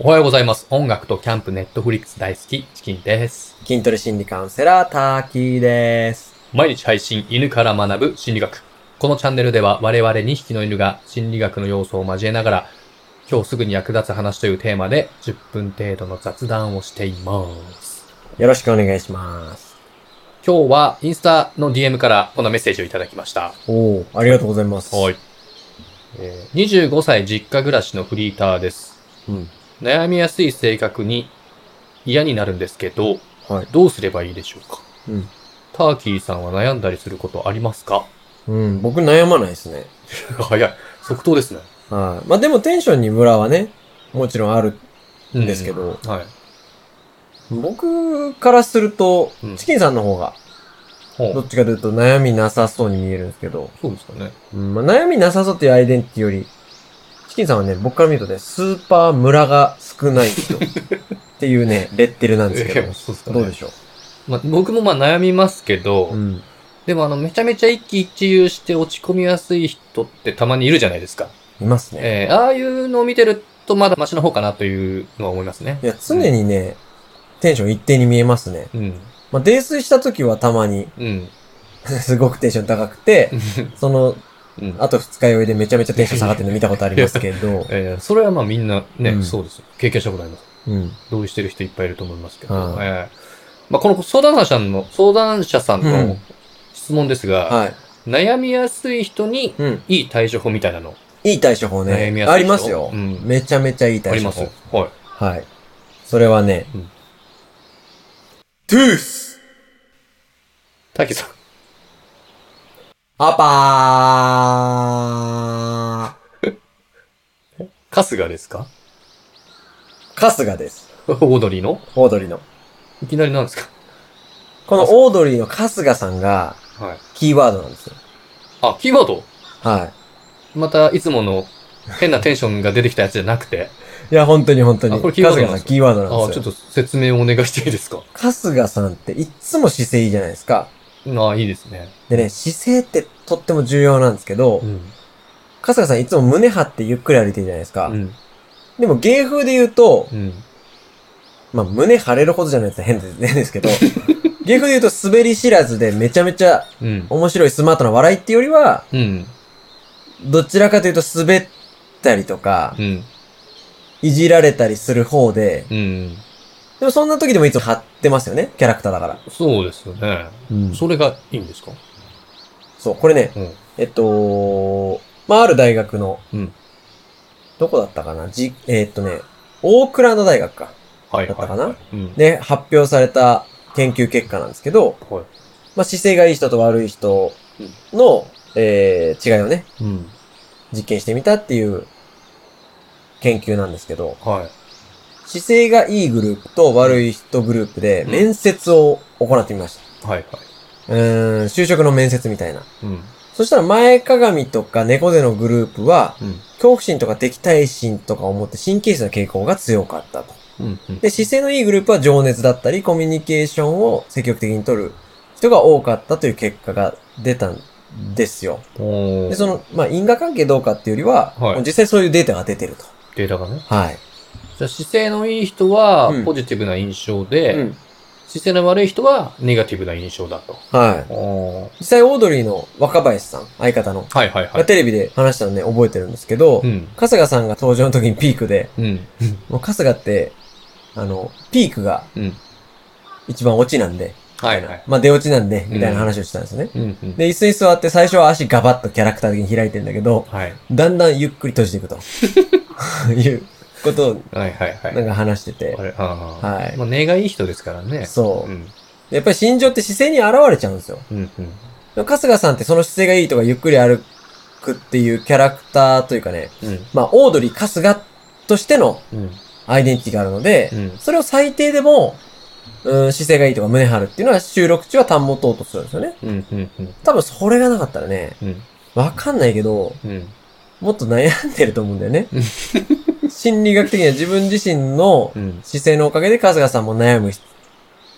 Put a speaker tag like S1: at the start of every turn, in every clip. S1: おはようございます。音楽とキャンプ、ネットフリックス大好き、チキンです。
S2: 筋トレ心理カウンセラー、ターキーです。
S1: 毎日配信、犬から学ぶ心理学。このチャンネルでは我々2匹の犬が心理学の要素を交えながら、今日すぐに役立つ話というテーマで10分程度の雑談をしています。
S2: よろしくお願いします。
S1: 今日はインスタの DM からこんなメッセージをいただきました。
S2: おお、ありがとうございます。
S1: はい。えー25歳実家暮らしのフリーターです。
S2: うん。
S1: 悩みやすい性格に嫌になるんですけど、
S2: はい
S1: どうすればいいでしょうか
S2: うん。
S1: ターキーさんは悩んだりすることありますか
S2: うん、僕悩まないですね。
S1: 早い。即答ですね。
S2: はい。まあでもテンションにムラはね、もちろんある。
S1: うん
S2: ですけど
S1: はい。
S2: 僕からすると
S1: うん、
S2: チキンさんの方が、
S1: ほう
S2: どっちかというと悩みなさそうに見えるんですけど、
S1: そうですかね。
S2: うんまあ、悩みなさそうっていうアイデンティティより、チキンさんはね、僕から見るとね、スーパームラが少な い人っていうね、レッテルなんですけ
S1: ええそうですか
S2: ど、
S1: ね。
S2: どうでしょ
S1: まあ、僕もまあ悩みますけど、
S2: ううん。
S1: でもあの、めちゃめちゃ一喜一憂して落ち込みやすい人ってたまにいるじゃないですか。
S2: いますね。
S1: えーああいうのを見てるとまだマシの方かなというのは思いますね
S2: い。や、常にね、テンション一定に見えますね。
S1: うん。
S2: まあ、泥酔した時はたまに、
S1: うん。
S2: すごくテンション高くて、その、
S1: うん。、
S2: あと二日酔いでめちゃめちゃテンション下がってるの見たことありますけど
S1: えーそれはまあみんなね、
S2: うん
S1: そうですよ。経験したことあります。
S2: うん。
S1: 同意してる人いっぱいいると思いますけど。
S2: はい
S1: えーまあ、この相談者さんの、相談者さん
S2: う
S1: の
S2: ん
S1: 質問ですが、
S2: はい。
S1: 悩みやすい人に
S2: うん。
S1: いい対処法みたいなの。
S2: いい対処法
S1: 悩み
S2: ね。
S1: やすい人
S2: ありますよ、
S1: うん
S2: めちゃめちゃいい
S1: あ
S2: 対
S1: り
S2: 処
S1: ます
S2: 法。
S1: よ。はい。
S2: はい。それはね、
S1: うん
S2: トゥース
S1: 滝さん。
S2: アパ
S1: 春日ですか
S2: ー春日です。
S1: オードリーの
S2: オードリーの。
S1: いきなりなんですか
S2: このオードリーの春日さんが
S1: はい。
S2: キーワードなんですよ。
S1: あ、キーワード
S2: はい。
S1: また、いつもの変なテンションが出てきたやつじゃなくて。
S2: いや、本当に本当
S1: あ
S2: に。
S1: これ
S2: 春
S1: キーワード
S2: 日
S1: なんで
S2: さん
S1: すよ
S2: キーワードなん
S1: あ、
S2: で
S1: ち
S2: す
S1: ょ
S2: よ
S1: っ。と説明お願いしていいですか
S2: 春日さんっていっつも姿勢いいじゃないですか。
S1: あいいですね。
S2: でね、姿勢ってとっても重要なんですけど、
S1: うん。
S2: 春日さんいつも胸張ってゆっくり歩いてるじゃないですか。
S1: うん。
S2: でも芸風で言うと
S1: う、ん。
S2: まあ胸張れるほどじゃないと変です変です けど、芸風で言うと滑り知らずでめちゃめちゃ
S1: うん。
S2: 面白いスマートな笑いっていうよりは、
S1: うん。
S2: どちらかというと滑ったりとか、
S1: うん。
S2: いじられたりする方で、
S1: うん。
S2: でもそんな時でもいつも張ってますよね、キャラクターだから。
S1: そうですよね。
S2: そ
S1: それがいいんですか
S2: そう、これね、
S1: うん。
S2: えっと、まあ、ある大学の、
S1: うん
S2: どこだったかなじ、えっとね、オークランド大学か。
S1: はい。
S2: だったか
S1: はい
S2: な
S1: うん。
S2: で、発表された研究結果なんですけど、
S1: はい。
S2: まあ、姿勢がいい人と悪い人の、えー、違いをね、
S1: うん。
S2: 実験してみたっていう研究なんですけど、
S1: はい。
S2: 姿勢がいいグループと悪い人グループで
S1: うん
S2: 面接を行ってみまし
S1: はい。はい。
S2: た。うーん、就職の面接みたいな。
S1: うん。
S2: そしたら前かがみとか猫背のグループは、
S1: うん。
S2: 恐怖心とか敵対心とかを持って神経質な傾向が強かったと。
S1: うん。うん
S2: で、姿勢のいいグループは情熱だったり、コミュニケーションを積極的に取る人が多かったという結果が出たんですよ。
S1: おー
S2: で、その、まあ、因果関係どうかっていうよりは、
S1: はい
S2: もう実際そういうデータが出てると。
S1: データがね。
S2: はい。
S1: じゃあ姿勢のいい人は
S2: うん
S1: ポジティブな印象で、
S2: うん
S1: 姿勢の悪い人はネガティブな印象だと。
S2: はい。
S1: お
S2: 実際、オードリーの若林さん、相方の、
S1: はいはいは
S2: が
S1: い。
S2: テレビで話したのね、覚えてるんですけど、
S1: うん。
S2: 春日さんが登場の時にピークで、
S1: うん。
S2: もう春日って、あの、ピークが
S1: うん。
S2: 一番落ちなんで、
S1: はいはい。
S2: まあ出落ちなんで、みたいな話をしたんですよね。
S1: うん。うん。
S2: で、椅子に座って最初は足ガバッとキャラクター的に開いてんだけど、
S1: はい。
S2: だんだんゆっくり閉じてい くと。いうことを、
S1: はいはいはい。
S2: なんか話してて
S1: あ。れ、ああ。
S2: はい
S1: まあ、根がいい人ですからね。
S2: そうう。
S1: ん。
S2: やっぱり心情って姿勢に現れちゃうんですよ。
S1: うん。うん。
S2: でも春日さんってその姿勢がいいとかゆっくり歩くっていうキャラクターというかね、
S1: うん。
S2: まあ、オードリー春日としての
S1: うん。
S2: アイデンティティがあるので
S1: う、ん。
S2: それを最低でも、うん、姿勢がいいとか胸張るっていうのは収録中は端もとうとするんですよね。
S1: うん。うん。うん。
S2: 多分それがなかったらね、
S1: うん。
S2: わかんないけど、
S1: うん。
S2: もっと悩んでると思うんだよね。心理学的には自分自身の
S1: うん。
S2: 姿勢のおかげで春日さんも悩む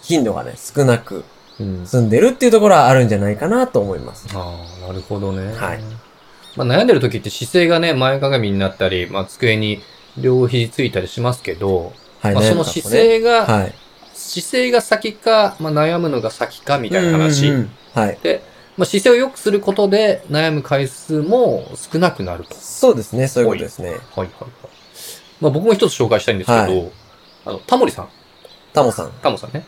S2: 頻度がね、少なく
S1: うん。
S2: 済んでるっていうところはあるんじゃないかなと思います。
S1: ああ、なるほどね。
S2: はい。
S1: まあ、悩んでる時って姿勢がね、前かがみになったり、まあ、机に両肘ついたりしますけど、
S2: はい、
S1: まあ、
S2: 悩
S1: そ
S2: ん
S1: の
S2: だんです
S1: 姿
S2: よね
S1: 勢が、
S2: はい。
S1: 姿勢が先か、まあ、悩むのが先かみたいな話。
S2: うんうんうんはい。
S1: まあ、姿勢を良くすることで悩む回数も少なくなると。
S2: そうですね、そういうことですね。
S1: はいはいはい。まあ、僕も一つ紹介したいんですけど、
S2: は
S1: あの、タモリさん、
S2: タモさん。
S1: タモさんね。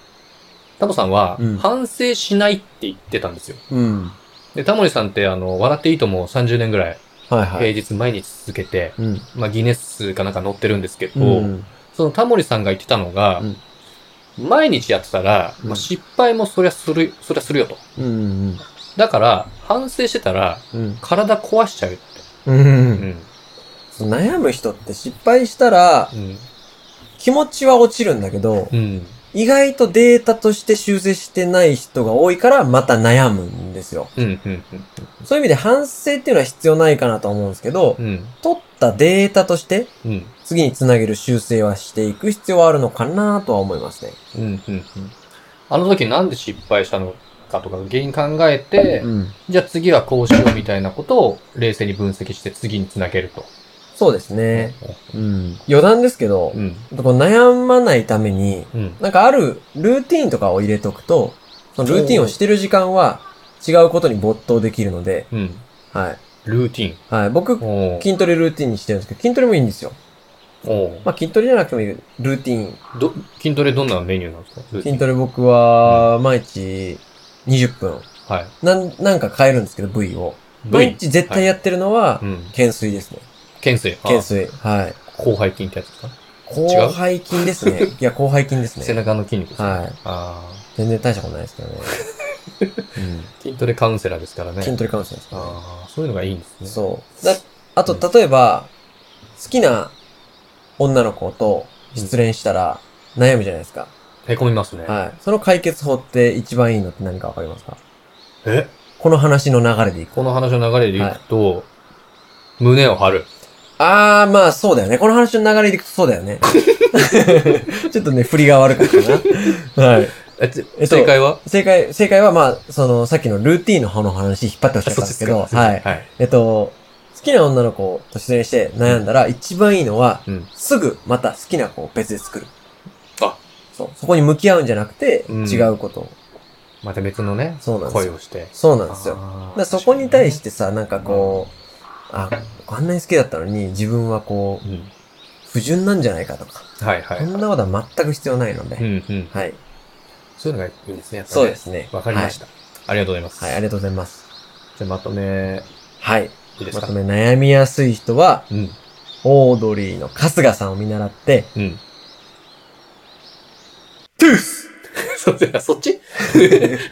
S1: タモさんは
S2: うん、
S1: 反省しないって言ってたんですよ。
S2: うん。
S1: で、タモリさんって、あの、笑っていいとも30年ぐらい、
S2: はいはい。
S1: 平日毎日続けて、
S2: うん。
S1: まあ、ギネス数かなんか載ってるんですけど、
S2: うん。
S1: そのタモリさんが言ってたのが、
S2: うん
S1: 毎日やってたら、
S2: うん
S1: まあ、失敗もそりゃする、そりゃするよと。
S2: うん。
S1: だから、反省してたら、
S2: うん。
S1: 体壊しちゃうって。
S2: うん
S1: う。ん。
S2: そう悩む人って失敗したら、
S1: うん。
S2: 気持ちは落ちるんだけど、
S1: うん。
S2: 意外とデータとして修正してない人が多いから、また悩むんですよ。
S1: うん。うん。
S2: そういう意味で反省っていうのは必要ないかなとは思うんですけど
S1: う、ん。
S2: 取ったデータとして、
S1: うん。
S2: 次につなげる修正はしていく必要はあるのかなとは思いますね。
S1: うん。うん。うん。あの時なんで失敗したのかとか原因考えて、
S2: うん。
S1: じゃあ次はこうしようみたいなことを冷静に分析して次につなげると。
S2: そうですね。うん。余談ですけど
S1: う、ん。
S2: こう悩まないために、
S1: うん。
S2: なんかあるルーティーンとかを入れとくと、そのルーティーンをしてる時間は違うことに没頭できるので、
S1: うん。
S2: はい。
S1: ルーティン。
S2: はい。僕、
S1: おー
S2: 筋トレルーティーンにしてるんですけど、筋トレもいいんですよ。
S1: おー
S2: まあ筋トレじゃなくてもいいルーティーン。
S1: ど、筋トレどんなメニューなんですか
S2: 筋トレ僕は、毎日20分。
S1: レ。はい。
S2: なん、なんか変えるんですけど、部位を。
S1: 部位
S2: 毎日絶対やってるのは
S1: う、ん。
S2: 懸垂ですね。
S1: 懸垂。あ
S2: 懸垂。はい。
S1: 広背筋ってやつですか、
S2: 後背筋です ね。いや、後背筋です
S1: 背
S2: ね。
S1: 中の筋肉ですか
S2: はい。
S1: あ
S2: 全然大したことないですけど ね。
S1: ー筋トレカウンセラーですからね。
S2: 筋トレかもしれないですけどね。
S1: ああ、そういうのがいいんですね。
S2: そう。だ、あと、例えば、好きな女の子と失恋したら悩むじゃないですか。
S1: へこみますね。
S2: はい。その解決法って一番いいのって何かわかりますか
S1: え
S2: この話の流れでいく。
S1: この話の流れでいくと、胸を張る。
S2: あー、まあそうだよね。この話の流れでいくとそうだよね。 ちょっとね、振りが悪かったな。はい。
S1: え、つ
S2: えっと
S1: 正解は
S2: 正解、正解はまあ、その、さっきのルーティーンの方の話引っ張ってほしかったんですけど、
S1: そっちですか
S2: はい。
S1: はい。
S2: えっと、好きな女の子と失恋して悩んだら、一番いいのは、
S1: うん
S2: すぐまた好きな子を別で作る。
S1: あ
S2: そう。そこに向き合うんじゃなくて、
S1: うん
S2: 違うことを。
S1: また別のね、
S2: そうなんです
S1: 恋
S2: よ。
S1: をして。
S2: そうなんですよ。だか
S1: あー
S2: らそこに対し、てさ、なんかこう、あ、あんなに好きだったのに、自分はこ
S1: 確
S2: う、
S1: かにね
S2: 不純なんじゃないかとか、
S1: うん。はいはい。
S2: そんなことは全く必要ないの
S1: う
S2: で、
S1: んうん。
S2: はい。
S1: そういうのがいいんですね、やっぱね
S2: そうで。すね。
S1: わかりました、ありがとうございます。
S2: はい。はい、ありがとうございます。
S1: じゃあまとめ、
S2: はい。
S1: いいです
S2: ま
S1: か
S2: とめ悩みやすい人は、
S1: うん。
S2: オードリーの春日さんを見 習って、
S1: うん。
S2: トゥース
S1: そうですねそっ ちえ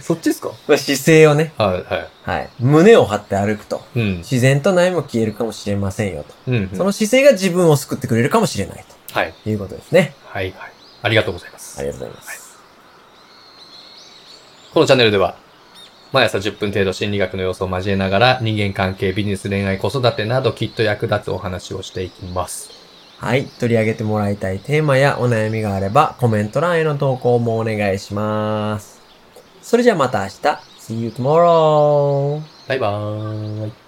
S1: そっちですか
S2: まあ姿勢をね、
S1: はいは
S2: はい。胸を張って歩くと。
S1: い。うん。
S2: 自然と悩みも消えるかもしれませんよと。
S1: うん、うん。
S2: その姿勢が自分を救ってくれるかもしれない
S1: はい。
S2: ということですね。
S1: はいはい。ありがとうございます。
S2: ありがとうございます。
S1: このチャンネルでは、毎朝10分程度心理学の要素を交えながら、人間関係、ビジネス、恋愛、子育てなどきっと役立つお話をしていきます。
S2: はい。取り上げてもらいたいテーマやお悩みがあれば、コメント欄への投稿もお願いします。それじゃあまた明日。See you tomorrow!
S1: バイバーイ。